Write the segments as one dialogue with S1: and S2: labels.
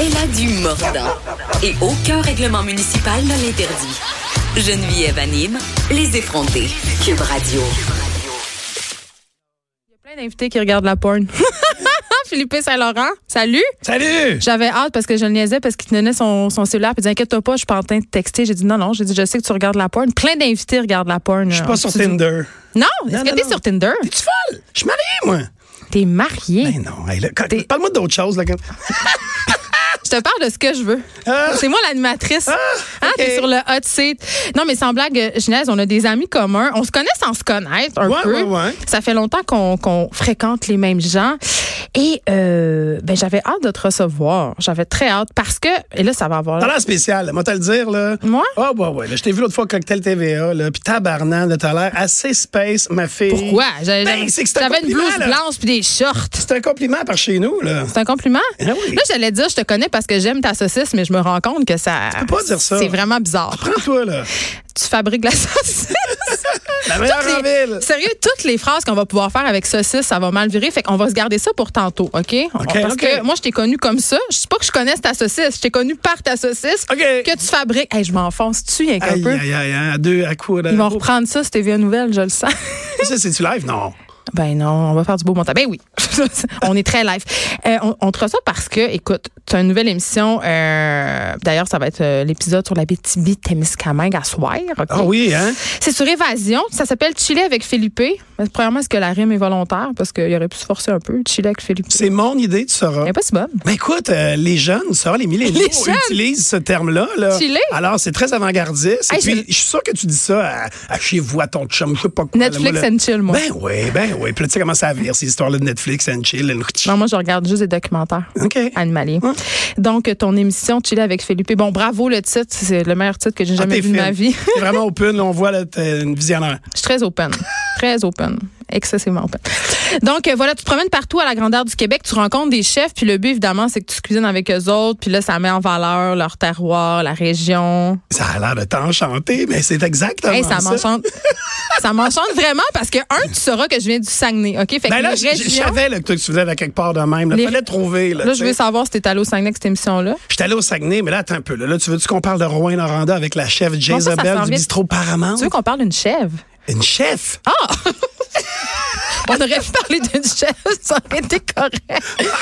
S1: Elle a du mordant. Et aucun règlement municipal ne l'interdit. Geneviève anime les effrontés. Cube Radio.
S2: plein d'invités qui regardent la porn. Philippe Saint-Laurent, salut!
S3: Salut!
S2: J'avais hâte parce que je le niaisais parce qu'il tenait son, son cellulaire puis il disait Inquiète-toi pas, je suis pas en train de texter. J'ai dit non, non, j'ai dit je sais que tu regardes la porn. Plein d'invités regardent la porn.
S3: Je suis pas sur Tinder.
S2: Non,
S3: Non,
S2: est-ce que
S3: non,
S2: t'es
S3: non.
S2: sur Tinder?
S3: T'es-tu folle? Je suis marié, moi.
S2: T'es marié.
S3: Ben non, hey, là, quand- parle-moi d'autre chose. Là, quand-
S2: Je te parle de ce que je veux.
S3: Ah!
S2: C'est moi l'animatrice. Hein,
S3: ok.
S2: T'es sur le hot seat. Non, mais sans blague, euh, Genèse, on a des amis communs. On se connaît sans se connaître un
S3: Ouais,
S2: peu.
S3: ouais, ouais.
S2: Ça fait longtemps qu'on qu'on fréquente les mêmes gens. Et euh, ben, j'avais hâte de te recevoir. J'avais très hâte parce que, et là, ça va avoir.
S3: T'as l'air spécial, moi, te le dire, là.
S2: Moi?
S3: Ah, ouais, ouais. là, je t'ai vu l'autre fois au Cocktail TVA, là. Puis tabarnan, là, t'as l'air assez space, ma fille.
S2: Pourquoi? J'avais
S3: Ben, c'est que c'est un
S2: j'avais une
S3: compliment,
S2: blouse
S3: là.
S2: blanche puis des shorts.
S3: C'est un compliment par chez nous, là.
S2: C'est un compliment?
S3: Ah oui.
S2: Là, j'allais dire, je te connais parce que j'aime ta saucisse, mais je me rends compte que ça.
S3: peux pas dire ça.
S2: C'est vraiment bizarre.
S3: Prends-toi, là.
S2: Tu fabriques la saucisse.
S3: La meilleure
S2: Toutes
S3: en
S2: les-
S3: ville.
S2: Sérieux, toutes les phrases qu'on va pouvoir faire avec saucisse, ça va mal virer. Fait qu'on va se garder ça pour tantôt, OK? On- Parce
S3: OK.
S2: que moi, je t'ai connu comme ça. Je sais pas que je connaisse ta saucisse. Je t'ai connu par ta saucisse
S3: OK.
S2: que tu fabriques. Hey, je m'enfonce tu rien qu'un
S3: Aïe,
S2: peu.
S3: aïe, aïe, aïe, à deux, à quoi, là?
S2: Ils vont reprendre ça, c'était vieux nouvelle, je le sens.
S3: Ça, c'est-tu live? Non.
S2: Ben non, on va faire du beau montage. Ben oui, on est très live. Euh, on, on te reçoit parce que, écoute, tu as une nouvelle émission. euh, D'ailleurs, ça va être euh, l'épisode sur la BTB Témiscamingue à soir. ok?
S3: Ah oui, hein?
S2: C'est sur Évasion. Ça s'appelle Chiller avec Felipe. Mais premièrement, est-ce que la rime est volontaire? Parce qu'il aurait pu se forcer un peu. Chiller avec Felipe.
S3: C'est mon idée, tu sauras.
S2: Elle est pas si bonne.
S3: Ben écoute, euh, les jeunes, ça, les milléniaux
S2: Les jeunes?
S3: utilisent ce terme-là. Là.
S2: Chiller?
S3: Alors, c'est très avant-gardiste.
S2: Hey,
S3: et puis,
S2: c'est-
S3: je suis sûr que tu dis ça à, à chez vous, à ton chum, je sais pas quoi. là,
S2: Netflix
S3: moi, là.
S2: and chill, moi.
S3: Ben oui, ben oui. Puis là, tu sais comment ça vire, ces histoires-là de Netflix and chill. and-
S2: Non, moi, je regarde juste des documentaires
S3: OK. Ah,
S2: animaliers. Donc, ton émission Chiller avec Felipe. Bon, bravo, le titre. C'est le meilleur titre que j'ai
S3: Ah,
S2: jamais
S3: t'es
S2: vu de
S3: fine.
S2: ma vie.
S3: T'es vraiment open, là, on voit, là, t'es une visionnaire.
S2: Je suis très open. Très open. Excessivement open. Donc, euh, voilà, tu te promènes partout à la grandeur du Québec, tu rencontres des chefs, puis le but, évidemment, c'est que tu cuisines avec eux autres, puis là, ça met en valeur leur terroir, la région.
S3: Ça a l'air de t'enchanter, mais c'est exactement
S2: Hey, ça
S3: ça.
S2: m'enchante. ça m'enchante vraiment parce que, un, tu sauras que je viens du Saguenay, OK? Fait que
S3: Ben là,
S2: les
S3: je je
S2: régions-
S3: savais là, que toi, tu venais de quelque part de même. Il
S2: Les-
S3: fallait trouver. Là,
S2: Là,
S3: tu
S2: je
S3: sais.
S2: veux savoir si t'es allé au Saguenay avec cette émission-là.
S3: J'étais allé au Saguenay, mais là, attends un peu. Là, Là, tu veux-tu qu'on parle de Rouen-Noranda avec la chef
S2: ça, ça
S3: Jezebel
S2: s'en
S3: du
S2: vient.
S3: bistrot Paramount?
S2: Tu veux qu'on parle d'une chèvre?
S3: Une chef?
S2: Ah, On aurait pu parler d'une chèvre, ça aurait été correct.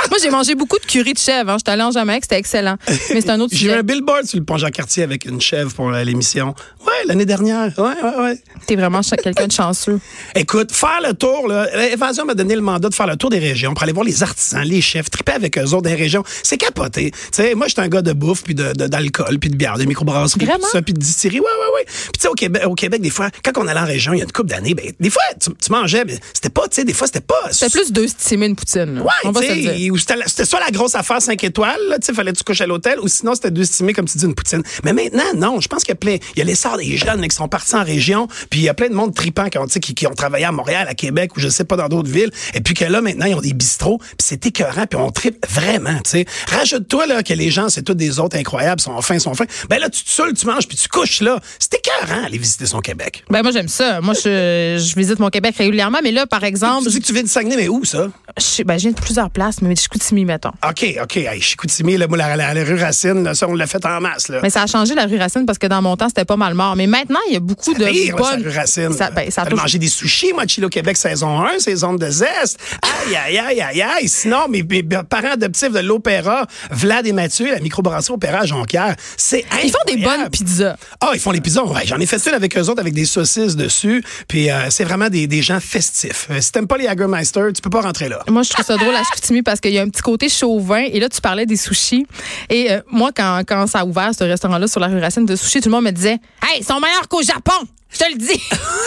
S2: Moi, j'ai mangé beaucoup de curry de chèvre. Hein. J'étais allée en Jamaïque, c'était excellent. Mais c'est un autre
S3: J'ai eu
S2: sujet.
S3: un billboard sur le pont Jean-Cartier avec une chèvre pour euh, l'émission. Ouais, l'année dernière. Ouais, ouais, ouais.
S2: T'es vraiment ch- quelqu'un de chanceux.
S3: Écoute, faire le tour, là. Évasion m'a donné le mandat de faire le tour des régions pour aller voir les artisans, les chefs, triper avec eux autres des régions. C'est capoté. Tu sais, moi, j'étais un gars de bouffe, puis de- de- d'alcool, puis de bière, de microbrasserie, puis
S2: Vraiment?
S3: tout ça, puis de distillerie. Ouais, ouais, ouais. Puis tu sais, au Québec, au Québec, des fois, quand on allait en région, il y a une couple d'années, ben, des fois, tu, tu mangeais, mais c'était pas, tu sais, des fois, c'était pas.
S2: C'était plus deux stimés une poutine. là.
S3: Ouais,
S2: on va
S3: tu
S2: se le
S3: sais,
S2: dire.
S3: ou c'était la- c'était soit la grosse affaire 5 étoiles, là, tu sais, fallait que tu couches à l'hôtel, ou sinon c'était deux estimés, comme tu dis, une poutine. Mais maintenant, non, je pense qu'il y a plein. Il y a l'essor des jeunes là, qui sont partis en région, puis il y a plein de monde tripant qui ont, tu sais, qui, qui ont travaillé à Montréal, à Québec, ou je sais pas, dans d'autres villes. Et puis que là, maintenant, ils ont des bistrots, puis c'est écœurant, puis on tripe vraiment, tu sais. Rajoute-toi, là, que les gens, c'est tous des autres incroyables, sont fins, sont fins. Ben là, tu te saoules, tu manges, puis tu couches, là. C'est écœurant, aller visiter son Québec.
S2: Ben moi j'aime ça. Moi je, je visite mon Québec régulièrement, mais là par exemple,
S3: Tu dis
S2: je,
S3: que tu viens de Saguenay, mais où, ça?
S2: je- ben, je viens de plusieurs places, mais Chicoutimi mettons.
S3: OK, OK. Hey, Chicoutimi, là, moi, la, la- la rue Racine, là, ça, on l'a fait en masse. Là.
S2: Mais ça a changé la rue Racine parce que dans mon temps c'était pas mal mort, mais maintenant il y a beaucoup de
S3: Pire, là,
S2: bonnes.
S3: la rue Racine.
S2: Ça, ben, ça a
S3: T'as
S2: toujours-
S3: mangé des sushis, moi, de Chilo Québec, saison 1, saison de zeste. Aïe, aïe, aïe, aïe, aïe. Sinon, mes, mes parents adoptifs de l'Opéra, Vlad et Mathieu, la microbrasserie Opéra à Jonquière, c'est
S2: Ils font des
S3: incroyable.
S2: bonnes pizzas.
S3: Ah, ils font les pizzas. Ouais, j'en ai fait une avec eux autres, avec des saucisses dessus. Puis euh, c'est vraiment des, des gens festifs. Euh, si t'aimes pas les Hagermeister, tu peux pas rentrer là.
S2: Moi, je trouve ça drôle à Chicoutimi parce qu'il y a un petit côté chauvin. Et là, tu parlais des sushis. Et euh, moi, quand, quand ça a ouvert, ce restaurant-là, sur la rue Racine de sushis, tout le monde me disait Hey, ils sont meilleurs qu'au Japon! Je te le dis!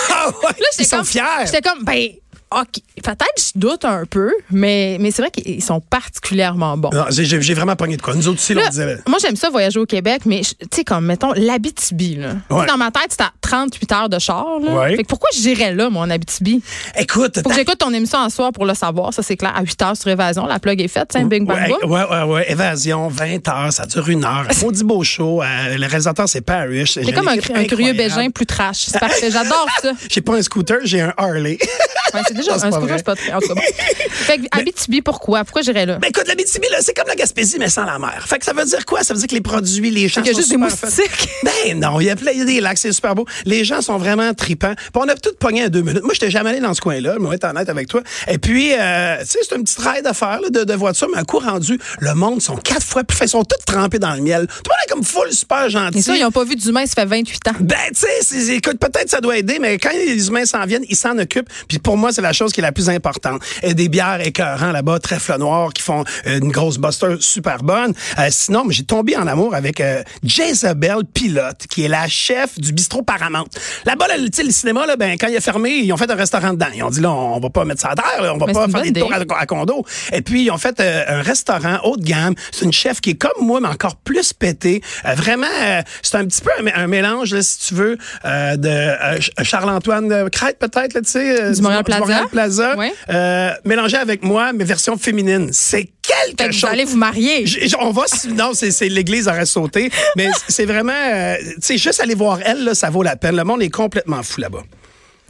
S3: Ah ouais,
S2: Là, j'étais
S3: ils sont
S2: comme-
S3: fiers.
S2: J'étais comme, ben, OK. Peut-être je doute un peu, mais, mais c'est vrai qu'ils sont particulièrement bons.
S3: Non, j'ai- J'ai j'ai vraiment pogné de quoi. Nous autres aussi, là,
S2: Là,
S3: on disait. ben,
S2: moi, j'aime ça voyager au Québec, mais je- tu sais, comme, mettons, l'Abitibi, là. Tu sais,
S3: Ouais.
S2: Dans ma tête, c'est à 38 heures de char, là.
S3: Ouais.
S2: Fait que pourquoi j'irais là, moi, en Abitibi?
S3: Écoute,
S2: Faut que j'écoute ton émission en soir pour le savoir, ça, c'est clair. À 8 heures sur Évasion, la plug est faite, c'est un bing bang
S3: Ouais,
S2: boom.
S3: ouais, ouais, ouais. Évasion, 20 heures, ça dure une heure. Maudit beau show. euh, le réalisateur, c'est Parrish.
S2: J'ai comme un, cr- un curieux bégin plus trash. C'est parfait, j'adore ça.
S3: J'ai pas un scooter, j'ai un Harley.
S2: Ouais, c'est déjà
S3: Non, c'est
S2: un
S3: pas
S2: scooter,
S3: vrai.
S2: c'est pas très. En tout cas, bon. Fait que Abitibi, pourquoi? Pourquoi j'irais là?
S3: ben écoute, la Bitibi, là, c'est comme la Gaspésie, mais sans la mer. Fait que ça veut dire quoi? Ça veut dire que les produits, les gens
S2: Fait qu'il y a
S3: sont
S2: juste des
S3: super fun.
S2: moustiques.
S3: Ben non, il y a plein il y a des lacs, c'est super beau. Les gens sont vraiment tripants. Puis on a tout pogné en deux minutes. Moi, j'étais jamais allé dans ce coin-là, mais on va être honnête avec toi. Et puis, euh, tu sais, c'est un petit ride à faire là, de, de voiture, mais un coup rendu, le monde sont quatre fois plus... fait, Ils sont tous trempés dans le miel. Tout le monde est comme full, super gentil.
S2: Et ça, ils n'ont pas vu d'humain, ça fait 28 ans.
S3: Ben, tu sais, c'est- écoute, peut-être ça doit aider, mais quand les humains s'en viennent, ils s'en occupent. Puis pour moi, c'est la chose qui est la plus importante. Et des bières écœurantes là-bas, trèfle noir, qui font euh, une grosse buster super bonne. Euh, sinon, mais j'ai tombé en amour avec euh, Jezebel Pilote, qui est la chef du bistrot Paramount. Là-bas, là, tu sais, le cinéma, là, ben, quand il a fermé, ils ont fait un restaurant dedans. Ils ont dit, là, on va pas mettre ça à terre, là, on va
S2: Mais c'est
S3: pas
S2: une
S3: faire
S2: bonne
S3: des tours
S2: idée.
S3: à à condo. Et puis, ils ont fait euh, un restaurant haut de gamme. C'est une chef qui est comme moi, mais encore plus pétée. Euh, vraiment, euh, c'est un petit peu un, mé- un mélange, là, si tu veux, euh, de euh, Ch- Charles-Antoine euh, Crête, peut-être, là, tu sais. euh,
S2: Du Montréal
S3: Mo-
S2: Plaza.
S3: Plaza.
S2: Ouais.
S3: Euh, mélangé avec moi, mais version féminine. C'est quelque
S2: Fait que vous
S3: chose.
S2: allez vous marier.
S3: J- j- On va, s- non, c'est c'est- l'église aurait sauté, mais c- c'est vraiment, euh, tu sais, juste aller voir elle, là, ça vaut la peine. Le monde est complètement fou là-bas.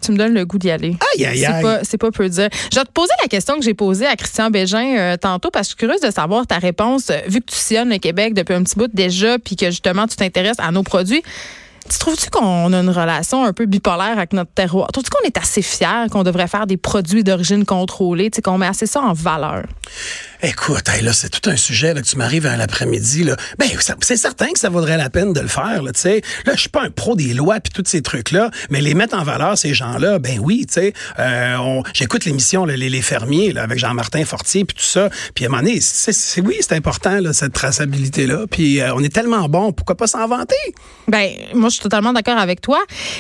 S2: Tu me donnes le goût d'y aller.
S3: Aïe, aïe,
S2: C'est
S3: aïe.
S2: pas, c'est pas peu dire. Je vais te poser la question que j'ai posée à Christian Bégin euh, tantôt parce que je suis curieuse de savoir ta réponse. Euh, Vu que tu sillonnes le Québec depuis un petit bout déjà puis que justement tu t'intéresses à nos produits, tu trouves-tu qu'on a une relation un peu bipolaire avec notre terroir? Trouves-tu qu'on est assez fiers qu'on devrait faire des produits d'origine contrôlée, tu sais, qu'on met assez ça en valeur?
S3: Écoute, hey, là, c'est tout un sujet là, que tu m'arrives à l'après-midi. Là. Ben, ça- c'est certain que ça vaudrait la peine de le faire. Là, tu sais. là je suis pas un pro des lois puis tous ces trucs-là, mais les mettre en valeur, ces gens-là, ben oui, tu sais. Euh, on- j'écoute l'émission là, les, les fermiers là, avec Jean-Martin Fortier puis tout ça. Puis à un moment donné, c'est, c'est- oui, c'est important, là, cette traçabilité-là. Puis euh, on est tellement bon, pourquoi pas s'en vanter?
S2: Ben, moi, je suis totalement d'accord avec toi.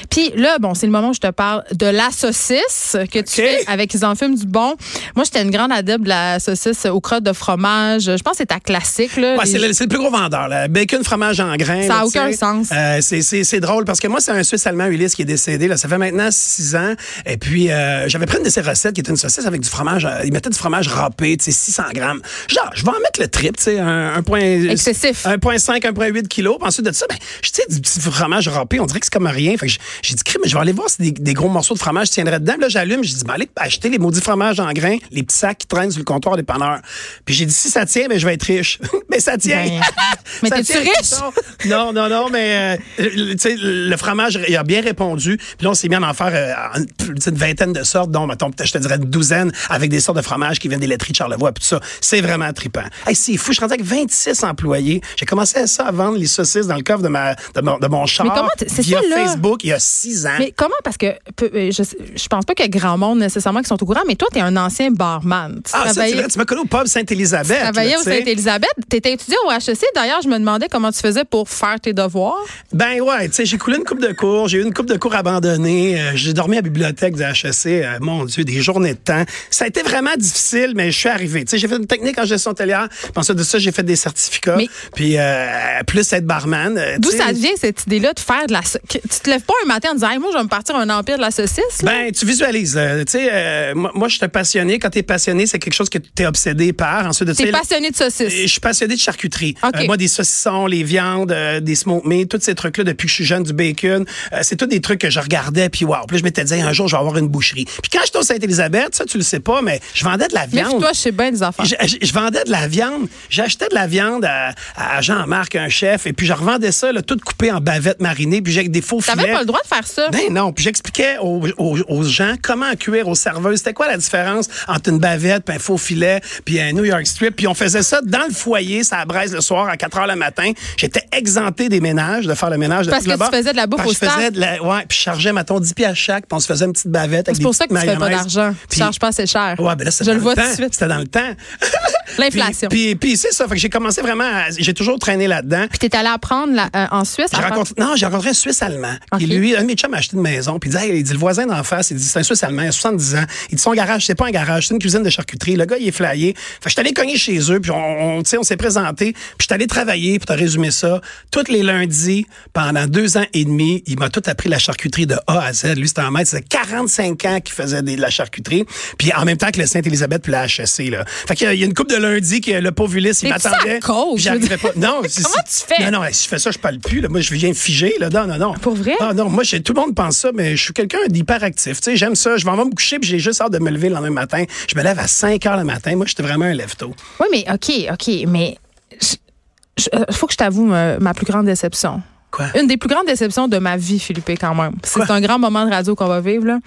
S2: Puis là, bon, c'est le moment où je te parle de la saucisse que tu
S3: Ok.
S2: fais avec Ils en fument du bon. Moi, j'étais une grande adepte de la saucisse aux crottes de fromage. Je pense que c'est ta classique, là.
S3: Ouais,
S2: Les-
S3: c'est, le, c'est le plus gros vendeur. Là. Bacon, fromage en grains.
S2: Ça a
S3: là, tu
S2: aucun
S3: sais.
S2: sens.
S3: Euh, c'est- c'est c'est drôle parce que moi, c'est un Suisse allemand, Ulysse, qui est décédé. Là. Ça fait maintenant six ans. Et puis, euh, j'avais pris une de ses recettes qui était une saucisse avec du fromage. euh, il mettait du fromage râpé, tu sais, 600 grammes. Genre, je vais en mettre le triple, tu sais, un, un point.
S2: Excessif.
S3: 1,5, 1,8 kilos. Puis ensuite de ça, ben, je sais, du petit fromage râpé, on dirait que c'est comme rien. Fait que j- j'ai dit, crème, mais je vais aller voir si des, des gros morceaux de fromage tiendraient dedans. Puis là, j'allume, j'ai dit, ben, allez acheter les maudits fromages en grains, les petits sacs qui traînent sur le comptoir des panneurs. Puis j'ai dit, si ça tient, ben, je vais être riche. mais ça tient.
S2: Ben, mais
S3: Ça
S2: t'es-tu
S3: tient,
S2: riche?
S3: non. Non, non, non, mais euh, le- tu sais, le fromage, il a bien répondu. Puis là, on s'est mis à en faire euh, une petite vingtaine de sortes, dont, mettons, peut-être, je te dirais une douzaine, avec des sortes de fromages qui viennent des laiteries de Charlevoix, puis tout ça. C'est vraiment trippant. Hey, c'est fou, je suis rendu avec 26 employés. J'ai commencé à ça à vendre les saucisses dans le coffre de, ma, de, mon, de mon char
S2: Mais comment t- c'est
S3: via
S2: ça, là?
S3: Facebook il y a 6 ans.
S2: Mais comment? Parce que peu- euh, je, sais- je pense pas qu'il y a grand monde nécessairement qui sont au courant, mais toi, t'es un ancien barman. Tu
S3: ah, ça, c'est
S2: travaillais,
S3: vrai, tu m'as connu au pub Sainte-Élisabeth.
S2: tu
S3: là,
S2: travaillais au
S3: tu sais.
S2: Sainte-Élisabeth. T'étais étudiant au HEC. D'ailleurs, je me demandais comment tu faisais pour faire tes devoirs.
S3: Ben ouais, tu sais, j'ai coulé une coupe de cours, j'ai eu une coupe de cours abandonnée, euh, j'ai dormi à la bibliothèque du HEC, euh, mon Dieu, des journées de temps. Ça a été vraiment difficile, mais je suis arrivé. Tu sais, j'ai fait une technique en gestion hôtelière, puis ensuite de ça, j'ai fait des certificats,
S2: Mais-
S3: puis euh, plus être barman. euh,
S2: D'où
S3: tu sais.
S2: ça vient cette idée-là de faire de la. sau- que- Tu te lèves pas un matin en disant, Hey, moi, je vais me partir un empire de la saucisse. là.
S3: Ben, tu visualises. là. Tu sais, euh, moi, moi, je suis un passionné. Quand t'es passionné, c'est quelque chose que t'es obsédé par. Ensuite de ça,
S2: T'es
S3: là-
S2: passionné de saucisses.
S3: Je suis passionné de charcuterie.
S2: OK.
S3: Euh, moi, des saucissons, les viandes, euh, des smoked meat, tous ces trucs-là, depuis que je suis jeune, du bacon. euh, c'est tous des trucs que je regardais, puis wow. Puis là, je m'étais dit, un jour, je vais avoir une boucherie. Puis quand j'étais au Sainte-Élisabeth, ça, tu le sais pas, mais je vendais de la
S2: Mais
S3: viande.
S2: toi, je sais bien des affaires.
S3: Je, je- je vendais de la viande, j'achetais de la viande à, à Jean-Marc, un chef, et puis je revendais ça, là, tout coupé en bavette marinée, puis j'ai avec des faux filets.
S2: T'avais pas le droit de faire ça.
S3: Ben non, puis j'expliquais aux, aux- aux gens comment cuire aux serveuses, c'était quoi la différence entre une bavette, puis un faux filet, puis un, un New York Strip. Puis on faisait ça dans le foyer, ça braise le soir à 4 h le matin. J'étais exempté des ménages, de faire le ménage de
S2: Parce
S3: tout
S2: que
S3: le
S2: tu
S3: bord.
S2: faisais de la bouffe
S3: Parce
S2: au
S3: que je faisais
S2: staff.
S3: de la, ouais, puis je chargeais, mettons, 10 piastres chaque, puis on se faisait une petite bavette avec
S2: C'est
S3: des
S2: pour ça que tu
S3: petites
S2: fais pas
S3: mayonnaises.
S2: d'argent. Tu
S3: Puis-
S2: charges pas assez cher.
S3: Ouais, ben là,
S2: Je
S3: c'était
S2: le
S3: dans
S2: vois
S3: le
S2: tout de
S3: temps.
S2: suite.
S3: C'était dans le temps.
S2: L'inflation. Puis,
S3: Puis, puis, puis c'est ça. Fait que j'ai commencé vraiment à- J'ai toujours traîné là-dedans.
S2: t'es allé apprendre là, euh, en Suisse.
S3: J'ai
S2: à faire-
S3: rencontré, non, j'ai rencontré un Suisse allemand.
S2: Ok.
S3: Qui, lui, un de mes chums a acheté une maison. Puis il dit, Hey, il dit, le voisin d'en face, il dit, c'est un Suisse allemand, il a 70 ans. Il dit, son garage, c'est pas un garage, c'est une cuisine de charcuterie. Le gars, il est flyé. Fait que je suis allé cogner chez eux, puis on, on, tu sais, on s'est présenté. Puis je suis allé travailler, pour te résumer ça, tous les lundis, pendant deux ans et demi, il m'a tout appris la charcuterie de A à Z. Lui, c'était en maître. C'était 45 ans qu'il faisait des- de la charcuterie. Puis en même temps que le Sainte-Élisabeth puis la HEC, là. Fait qu'il y a- il y a une coupe de lundi que le pauvre Ulysse, il
S2: T'es-tu à
S3: m'attendait.
S2: cause?
S3: puis j'arrivais pas. Non, c'est-
S2: Comment
S3: c'est-
S2: tu fais?
S3: Non, non, Hey, Ah, si je fais ça, je parle plus. Là. Moi, je viens figer. Là. Non, non, non.
S2: Pour vrai?
S3: Ah, non, moi, j'ai- tout le monde pense ça, mais je suis quelqu'un d'hyperactif. Tu sais, j'aime ça. Je vais en me coucher, puis j'ai juste hâte de me lever le lendemain matin. Je me lève à 5 heures le matin. Moi, j'étais vraiment un lève-tôt.
S2: Oui, mais OK, OK, mais je- je- euh, faut que je t'avoue ma, ma plus grande déception.
S3: Quoi?
S2: Une des plus grandes déceptions de ma vie, Philippe, quand même. C'est
S3: Quoi?
S2: un grand moment de radio qu'on va vivre, là.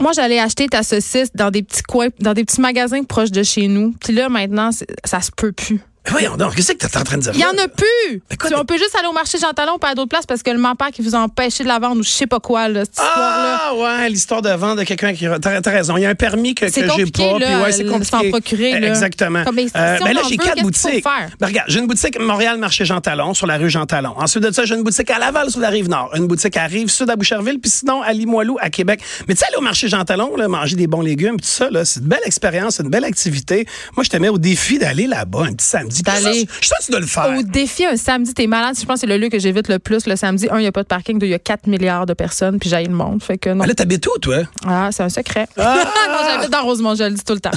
S2: Moi, j'allais acheter ta saucisse dans des petits coins, dans des petits magasins proches de chez nous. Puis là, maintenant, c'est- ça se peut plus.
S3: Mais voyons donc, qu'est-ce que t'es en train de dire?
S2: Il y
S3: là?
S2: en a plus!
S3: Écoute,
S2: Tu- on peut juste aller au marché Jean Talon pas à d'autres places parce que le menteur qui vous a empêché de la vendre ou je sais pas quoi, là, cette histoire-là.
S3: Ah ouais, l'histoire de vente de quelqu'un qui t'as t'as raison, il y a un permis que, que
S2: C'est
S3: j'ai
S2: compliqué,
S3: pas,
S2: là,
S3: puis ouais, c'est
S2: le-
S3: compliqué.
S2: s'en procurer,
S3: Euh,
S2: là.
S3: Exactement.
S2: Comme, ben, si on
S3: ben là
S2: en
S3: j'ai
S2: veut, qu'est-ce
S3: quatre
S2: qu'il faut
S3: boutiques.
S2: faire?
S3: Ben, regarde, j'ai une boutique Montréal marché Jean Talon sur la rue Jean Talon. Ensuite de ça, j'ai une boutique à Laval sur la rive Nord, une boutique à rive sud à Boucherville, puis sinon à Limoilou à Québec. Mais tu sais aller au marché Jean Talon là, manger des bons légumes, puis tout ça là, c'est une belle expérience, c'est une belle activité. Moi je te mets au défi d'aller là-bas un petit samedi. Puis ça,
S2: D'aller-
S3: Je suis sûr que tu dois le faire.
S2: Au défi, un samedi, t'es malade. Je pense que c'est le lieu que j'évite le plus. Le samedi, un, il n'y a pas de parking. Deux, il y a 4 milliards de personnes. Puis j'aille le monde. Fait que non.
S3: Ben là t'habites où toi
S2: Ah, c'est un secret. non, j'habite dans Rosemont, je le dis tout le temps.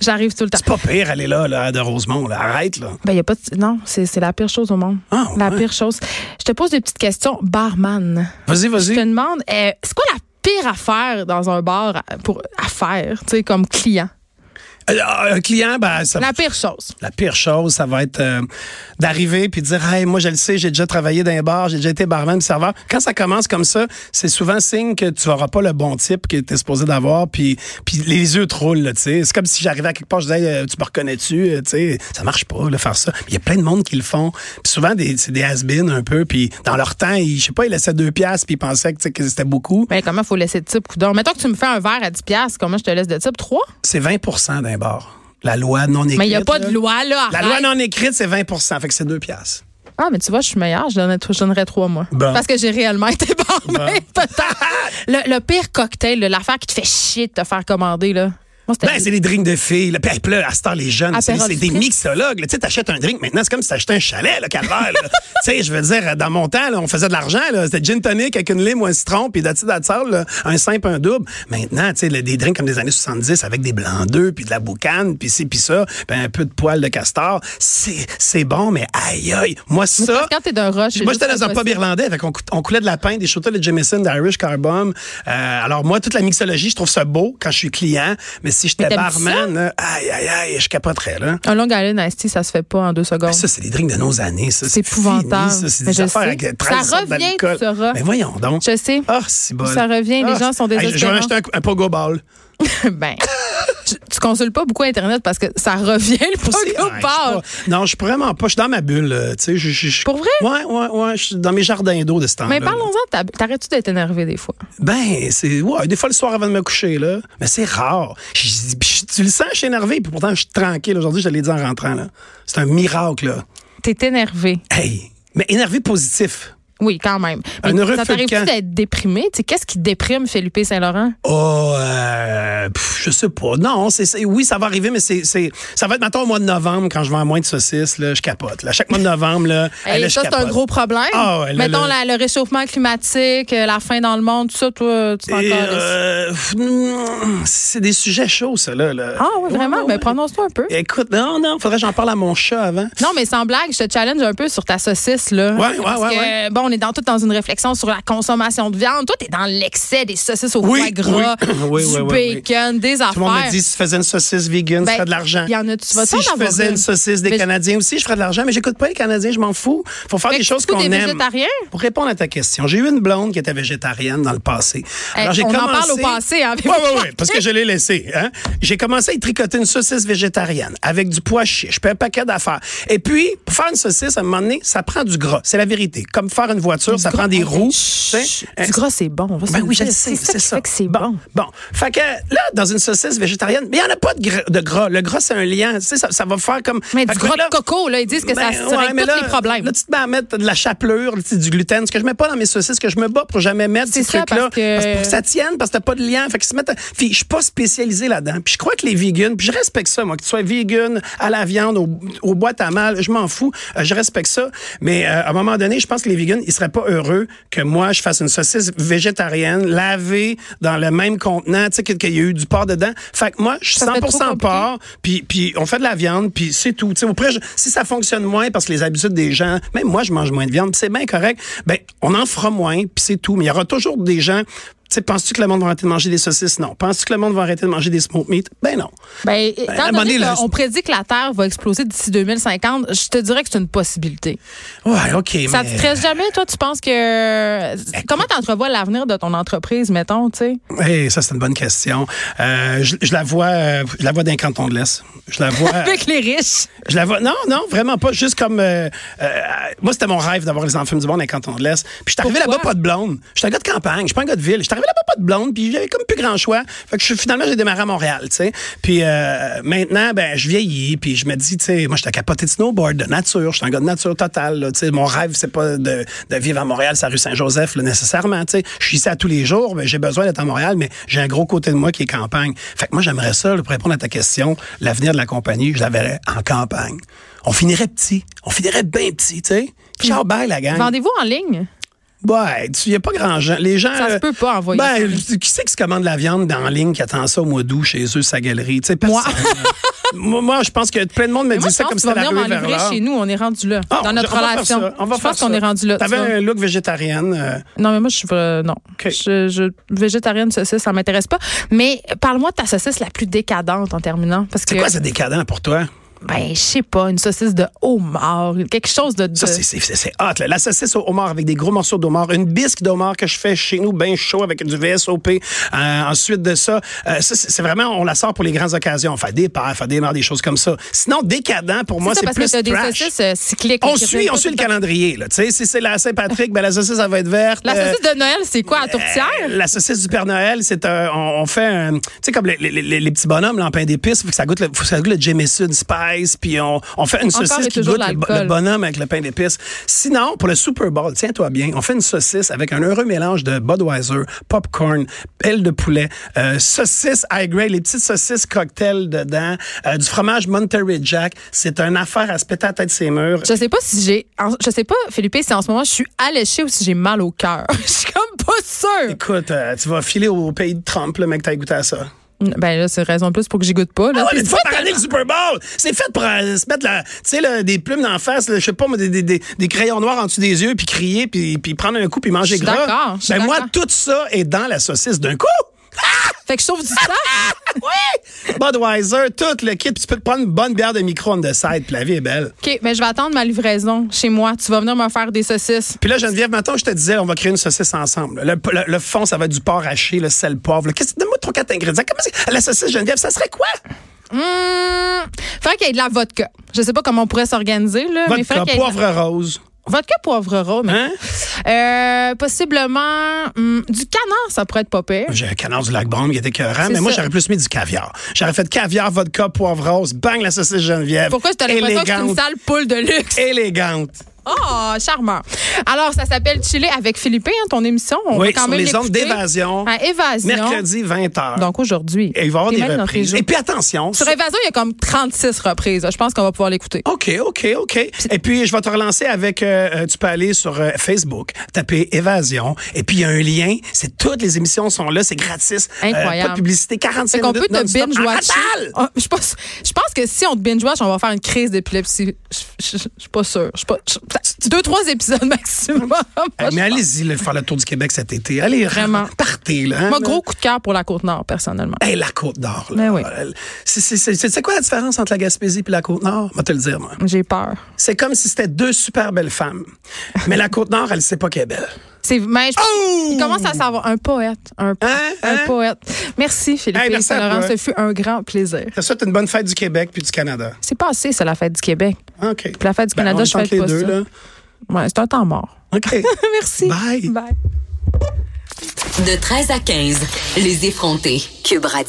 S2: J'arrive tout le temps.
S3: C'est pas pire aller là là de Rosemont, là. arrête là.
S2: Ben, y a pas de- Non, c'est c'est la pire chose au monde.
S3: Ah,
S2: La
S3: ouais.
S2: pire chose. Je te pose des petites questions. Barman. Je
S3: Vas-y,
S2: te
S3: vas-y.
S2: demande, euh, c'est quoi la pire affaire dans un bar à- pour, à faire, tu sais, comme client?
S3: Euh, Un client ben ça
S2: La pire chose.
S3: La pire chose, ça va être euh, d'arriver puis de dire Hey, moi je le sais, j'ai déjà travaillé dans un bar, j'ai déjà été barman, serveur. Quand ça commence comme ça, c'est souvent signe que tu n'auras pas le bon type que tu es supposé d'avoir, puis, puis les yeux te roulent, là, tu sais. C'est comme si j'arrivais à quelque part, je disais Hey, euh, Tu me reconnais-tu Euh, Tu sais, ça marche pas, là, faire ça. Il y a plein de monde qui le font. Puis souvent, des, c'est des has-been un peu, puis dans leur temps, ils, je sais pas, ils laissaient deux piastres, puis ils pensaient que, tu sais, que c'était beaucoup.
S2: Ben, comment faut laisser de type, coudon? Mettons que tu me fais un verre à 10$, piastres, comment je te laisse de type? 3?
S3: C'est 20 d'un bar. La loi non écrite.
S2: Mais il n'y a pas de
S3: là.
S2: loi, là.
S3: La
S2: arrête.
S3: loi non écrite, c'est 20 fait que c'est deux piastres.
S2: Ah, mais tu vois, je suis meilleure. Je, donnerais- je donnerais trois mois.
S3: Bon.
S2: Parce que j'ai réellement été barman,
S3: Bon.
S2: peut-être. Le, le pire cocktail, là, l'affaire qui te fait chier de te faire commander, là. Moi, c'était.
S3: Ben, c'est des drinks de filles. Là. Puis, hey, puis là, à cette heure, les jeunes, c'est
S2: Apérol
S3: c'est des
S2: Spritz.
S3: mixologues. là. Tu sais, t'achètes un drink maintenant, c'est comme si t'achetais un chalet, là, calvaire. là. tu sais, je veux dire, dans mon temps, là, on faisait de l'argent. là. C'était gin tonic avec une lime ou un citron, puis that's it, that's all, là. un simple, un double. Maintenant, tu sais, là, des drinks comme des années 70 avec des blancs d'œufs, puis de la boucane, puis ci, puis ça, puis un peu de poils de castor. C'est c'est bon, mais aïe, aïe. Moi, ça...
S2: Quand t'es d'un rush.
S3: Moi,
S2: c'est
S3: j'étais
S2: juste
S3: dans un pub
S2: impossible.
S3: irlandais. Fait on, on coulait de la pinte, des shooters de Jameson, d'Irish Car Bomb. Euh, alors, moi, toute la mixologie, je trouve ça beau quand je suis client. Mais si j'étais
S2: Mais t'aimes ça?
S3: barman, là, aïe, aïe, aïe, je capoterais, là.
S2: Un long island iced tea, ça se fait pas en deux secondes.
S3: Ça, Ben, c'est des drinks de nos années, ça.
S2: C'est épouvantable.
S3: fini, ça. C'est
S2: Mais
S3: des
S2: je
S3: affaires
S2: sais.
S3: avec
S2: Ça
S3: 13 sortes
S2: revient, tu
S3: d'alcool.
S2: sauras.
S3: Mais voyons donc.
S2: Je sais.
S3: Ah, c'est bon.
S2: Ça revient, les
S3: Ah,
S2: gens sont
S3: c'est- Hey, Je vais
S2: désespérants.
S3: acheter un, un pogo ball.
S2: ben. Tu, tu consultes pas beaucoup Internet parce que ça revient le
S3: C'est-
S2: pogo
S3: ah, je suis
S2: bar.
S3: pas- Non, je suis vraiment pas. Je suis dans ma bulle, euh, tu sais. je- je- je-
S2: Pour vrai?
S3: Ouais, ouais, ouais. Je suis dans mes jardins d'eau de ce temps-là.
S2: Mais
S3: Ah, là.
S2: parlons-en, de ta- t'arrêtes-tu d'être énervé des fois?
S3: Ben, c'est. Ouais, des fois le soir avant de me coucher, là. Mais c'est rare. Je- je- je- tu le sens, je suis énervé, puis pourtant, je suis tranquille. Aujourd'hui, je te l'ai dit en rentrant, là. C'est un miracle, là.
S2: T'es énervé.
S3: Hey! Mais énervé positif.
S2: Oui, quand même.
S3: Un
S2: Mais
S3: heureux
S2: ça
S3: feu de
S2: t'arrive-tu
S3: camp.
S2: d'être déprimé? Tu sais, Qu'est-ce qui déprime Philippe Saint-Laurent?
S3: Oh, euh, pff, je sais pas. Non, c'est, c'est- oui, ça va arriver, mais c'est, c'est- ça va être maintenant au mois de novembre quand je vends moins de saucisses, là, je capote. Là. Chaque mois de novembre, là,
S2: Hey,
S3: là, je
S2: ça, c'est un
S3: capote.
S2: gros problème.
S3: Ah ouais, là,
S2: Mettons
S3: là-
S2: la- le réchauffement climatique, euh, la faim dans le monde, tout ça, toi, tu t'en
S3: Et,
S2: calisses.
S3: euh, pff, mm, c'est des sujets chauds, ça, là. là.
S2: Ah oui, vraiment?
S3: Ouais,
S2: Ben,
S3: ouais.
S2: prononce-toi un peu.
S3: Écoute, non, non, faudrait que j'en parle à mon chat avant.
S2: Non, mais sans blague, je te challenge un peu sur ta saucisse, là.
S3: Ouais, ouais,
S2: Parce
S3: ouais,
S2: que,
S3: ouais.
S2: Bon, on est dans, tout dans une réflexion sur la consommation de viande. Toi, t'es dans l'excès des saucisses au
S3: Oui,
S2: foie gras,
S3: oui. Oui,
S2: du
S3: oui, oui, oui.
S2: bacon, des affaires.
S3: Tout le monde me dit si je faisais une saucisse vegan,
S2: Ben,
S3: je ferais de l'argent.
S2: il y en a- tu vas
S3: Si
S2: t'en
S3: je
S2: avoir
S3: faisais
S2: une.
S3: une saucisse des
S2: Mais je-
S3: Canadiens aussi, je ferais de l'argent, mais j'écoute pas les Canadiens, je m'en fous. Faut faire
S2: Fait
S3: des
S2: que
S3: choses
S2: tu fous
S3: qu'on
S2: des
S3: aime.
S2: végétariens?
S3: Pour répondre à ta question, j'ai eu une blonde qui était végétarienne dans le passé.
S2: Hey,
S3: j'ai
S2: Eh, on en parle au passé, hein,
S3: Oui, oui, oui, parce que je l'ai laissé. hein. J'ai commencé à y tricoter une saucisse végétarienne avec du pois chiche, puis un paquet d'affaires. Et puis, pour faire une saucisse, à un moment donné, ça prend du gras. C'est la vérité. Comme faire une voiture, ça
S2: gras,
S3: prend des
S2: hey,
S3: roues.
S2: chut,
S3: tu sais. Hein,
S2: Du gras, c'est bon. on va se
S3: ben
S2: le
S3: oui, je
S2: dire.
S3: le sais, c'est
S2: qui
S3: ça.
S2: fait que c'est bon.
S3: Bon, fait que là, dans une saucisse végétarienne, mais il n'y en a pas de, gra- de gras. Le gras, c'est un lien. Tu sais, ça, ça va faire comme.
S2: Mais
S3: Fait
S2: du
S3: que
S2: gras
S3: là-
S2: de coco, là, ils disent que ça,
S3: Ben,
S2: ça
S3: ouais,
S2: règle
S3: mais
S2: tous
S3: là-
S2: les problèmes.
S3: Là, tu te mets à mettre de la chapelure, tu sais, du gluten, ce que je mets pas dans mes saucisses, que je me bats pour jamais mettre
S2: C'est
S3: ces
S2: ça,
S3: trucs-là.
S2: parce que-
S3: pour que ça tienne, parce que t'as pas de lien. Fait que se mettent à- Puis je suis pas spécialisé là-dedans. Puis je crois que les vegans, puis je respecte ça, moi, que tu sois vegan, à la viande, aux au boîtes à mal, je m'en fous. Euh, je respecte ça. Mais euh, à un moment donné, je pense que les vegans, ils seraient pas heureux que moi, je fasse une saucisse végétarienne, lavée dans le même contenant, tu sais, qu'il y a eu du porc dedans. Fait que moi, je suis
S2: Ça serait trop
S3: 100%
S2: compliqué.
S3: porc, puis, puis on fait de la viande, puis c'est tout. Tu sais, au près, je- si ça fonctionne moins parce que les habitudes des gens, même moi, je mange moins de viande, puis c'est bien correct, ben on en fera moins, puis c'est tout. Mais il y aura toujours des gens... Tu sais, penses-tu que le monde va arrêter de manger des saucisses? Non. Penses-tu que le monde va arrêter de manger des smoked meat? Ben non.
S2: Ben,
S3: à un
S2: étant
S3: moment
S2: donné
S3: donné,
S2: qu'on
S3: le-
S2: prédit que la Terre va exploser d'ici 2050, je te dirais que c'est une possibilité.
S3: Ouais, OK,
S2: Ça
S3: mais...
S2: te stresse jamais, toi? Tu penses que. Comment t'entrevois l'avenir de ton entreprise, mettons, tu sais?
S3: Hey, ça, c'est une bonne question. Euh, je, je la vois, euh, je la vois d'un canton de l'Est. Je la vois...
S2: Avec les riches.
S3: Je la vois. Non, non, vraiment pas. Juste comme. euh, euh, moi, c'était mon rêve d'avoir les enfants du monde dans quand on de l'Est. Puis je suis arrivé
S2: Pourquoi?
S3: là-bas pas de blonde. Je suis un gars de campagne. Je suis pas un gars de ville. Je suis arrivé là-bas pas de blonde. Puis j'avais comme plus grand choix. Fait que je, suis- finalement, j'ai démarré à Montréal, tu sais. Puis euh, maintenant, ben, je vieillis. Puis je me dis, tu sais, moi, j'étais capoté de snowboard, de nature. Je suis un gars de nature totale, là, tu sais. Mon rêve, c'est pas de, de vivre à Montréal, c'est la rue Saint-Joseph, là, nécessairement, tu sais. Je suis ici à tous les jours. mais j'ai besoin d'être à Montréal, mais j'ai un gros côté de moi qui est campagne. Fait que moi, j'aimerais ça, là, pour répondre à ta question, l'avenir de la compagnie, je la verrais en campagne. On finirait petit. On finirait bien petit, tu sais. Ciao, bye, la gang.
S2: Vendez-vous en ligne?
S3: Ouais, il n'y a pas grand gens. Les gens.
S2: Ça se
S3: euh,
S2: peut pas envoyer ça.
S3: Ben, je- qui c'est qui se commande de la viande en ligne qui attend ça au mois d'août chez eux, sa galerie? Tu sais, personne. moi, moi, je pense que plein de monde me
S2: Mais moi,
S3: dit
S2: je
S3: ça
S2: pense que tu
S3: comme si
S2: vas
S3: la
S2: venir
S3: ruée vers
S2: m'enivrer
S3: l'or.
S2: chez nous. On est rendu là.
S3: Ah,
S2: dans notre
S3: on va faire
S2: relation.
S3: ça, on va
S2: je
S3: faire
S2: pense qu'on
S3: ça.
S2: est rendu là. tu
S3: T'avais
S2: vois.
S3: un look végétarienne. euh,
S2: Non, mais moi, je suis. euh, non.
S3: OK.
S2: Je, je- végétarienne, saucisse, ça m'intéresse pas. Mais parle-moi de ta saucisse la plus décadente en terminant. Parce
S3: c'est
S2: que,
S3: quoi, c'est décadent pour toi?
S2: ben, je sais pas, une saucisse de homard, quelque chose de. de-
S3: Ça, c'est- c'est c'est- c'est hot. là. La saucisse au homard avec des gros morceaux d'homard, une bisque d'homard que je fais chez nous, bien chaud avec du VSOP. Euh, ensuite de ça, euh, ça, c'est c'est vraiment, on la sort pour les grandes occasions. Faire des pères, faire des mères, des choses comme ça. Sinon, décadent, pour moi,
S2: ça,
S3: c'est
S2: parce que
S3: plus
S2: t'as des
S3: trash.
S2: saucisses euh, cycliques. là,
S3: On
S2: qui
S3: suit,
S2: reviennent
S3: on
S2: pas
S3: suit le
S2: tout temps.
S3: calendrier. Là. Tu sais, Si c'est la Saint-Patrick, ben, la saucisse, elle va être verte.
S2: La
S3: Euh,
S2: saucisse de Noël, c'est quoi, à tourtière?
S3: la saucisse du Père Noël, c'est un, on, on fait un, tu sais comme les, les- les- les petits bonhommes là, en pain d'épices, faut que ça goûte le, faut que ça goûte le Jameson Spice, puis on, on fait une
S2: Encore
S3: saucisse
S2: et
S3: qui
S2: toujours
S3: goûte le, bo-
S2: l'alcool.
S3: le bonhomme avec le pain d'épices. Sinon, pour le Super Bowl, tiens-toi bien, on fait une saucisse avec un heureux mélange de Budweiser, popcorn, aile de poulet, euh, saucisse high grade, les petites saucisses cocktail dedans, euh, du fromage Monterey Jack. C'est une affaire à se péter à la tête ses murs.
S2: Je sais pas si j'ai. en- Je sais pas, Philippe, si en ce moment je suis alléchée ou si j'ai mal au cœur. Je suis comme pas sûre.
S3: Écoute, euh, tu vas filer au pays de Trump, le mec, t'as goûté à ça.
S2: Ben là, c'est raison de plus pour que j'y goûte pas. Là.
S3: Ah ouais,
S2: Puis
S3: mais tu vas parler le Super Bowl. C'est fait pour euh, se mettre la, tu sais, là, des plumes d'en face, là, je sais pas, moi, des, des- des- des crayons noirs en dessous des yeux, puis crier, puis, puis prendre un coup, puis manger
S2: Je suis
S3: gras.
S2: d'accord, je suis
S3: Ben moi,
S2: d'accord.
S3: tout ça est dans la saucisse d'un coup.
S2: Fait que je sauve du temps.
S3: Ah oui! Budweiser, tout le kit, puis tu peux te prendre une bonne bière de micro on the side, puis la vie est belle.
S2: OK, mais je vais attendre ma livraison chez moi. Tu vas venir me faire des saucisses.
S3: Puis là, Geneviève, maintenant, je te disais, on va créer une saucisse ensemble. Le, le- le fond, ça va être du porc haché, le sel, le poivre. Qu'est-ce que donne-moi trois, quatre ingrédients? Comment c'est- la saucisse, Geneviève, ça serait quoi?
S2: Hum, faudrait qu'il y ait de la vodka. Je sais pas comment on pourrait s'organiser, là. mais faudrait
S3: Votre
S2: qu'il y ait de-
S3: poivre rose.
S2: Vodka, poivre rose. mais-
S3: Hein?
S2: Euh, possiblement hum, du canard, ça pourrait être pas pire.
S3: J'ai un canard du lac Brome qui était écœurant,
S2: C'est
S3: mais moi,
S2: ça.
S3: j'aurais plus mis du caviar. J'aurais fait caviar, vodka, poivre rose, bang, la saucisse Geneviève.
S2: Pourquoi je te l'impression que c'est une
S3: Élégante.
S2: sale poule de luxe?
S3: Élégante.
S2: Ah, charmant. Alors, ça s'appelle Chili avec Philippe, hein, ton émission. On
S3: oui,
S2: va quand
S3: sur
S2: même
S3: les ondes
S2: l'écouter.
S3: d'évasion.
S2: À Évasion.
S3: Mercredi, 20h.
S2: Donc, aujourd'hui.
S3: Et il va y avoir
S2: T'es
S3: des
S2: mal dans tes
S3: reprises.
S2: jours.
S3: Et puis, attention.
S2: Sur Évasion, il y a comme 36 reprises. Je pense qu'on va pouvoir l'écouter.
S3: OK, OK, OK. Et puis, je vais te relancer avec, euh, euh, tu peux aller sur euh, Facebook, taper Évasion. Et puis, il y a un lien. C'est toutes les émissions sont là. C'est gratis. Euh,
S2: Incroyable.
S3: pas de publicité. 45
S2: Fait qu'on
S3: minutes
S2: peut te
S3: non-stop.
S2: binge-watcher.
S3: En rafale!
S2: Ah, Je pense, je pense que si on te binge-watch, on va faire une crise d'épilepsie. Je je- je suis pas sûre. Je suis pas- je- peut-être deux, trois épisodes maximum.
S3: Eh, mais allez-y, là, faire le tour du Québec cet été. Allez,
S2: Vraiment.
S3: Partez, là. hein,
S2: Moi,
S3: là.
S2: gros coup de cœur pour la Côte-Nord, personnellement.
S3: Hey, la Côte-Nord, là.
S2: Ben oui.
S3: C'est- c'est- C'est c'est- c'est quoi la différence entre la Gaspésie et la Côte-Nord? Je vais te le dire, moi.
S2: J'ai peur.
S3: C'est comme si c'était deux super belles femmes. Mais la Côte-Nord, elle sait pas qu'elle est belle.
S2: C'est, mais je-
S3: Oh!
S2: Il commence à savoir un poète. Un, po-
S3: Hein?
S2: un
S3: Hein?
S2: poète. Merci, Philippe
S3: Hey,
S2: et
S3: merci à
S2: Saint-Laurent.
S3: toi.
S2: Ce fut un grand plaisir.
S3: Ça souhaite une bonne fête du Québec puis du Canada.
S2: C'est passé, ça, la fête du Québec.
S3: OK. Puis
S2: la fête du Canada, je fête
S3: les
S2: pas
S3: deux,
S2: ça.
S3: là.
S2: Ouais, c'est un temps mort.
S3: OK.
S2: Merci.
S3: Bye.
S2: Bye.
S1: De 13 à 15, les effrontés. Cube Radio.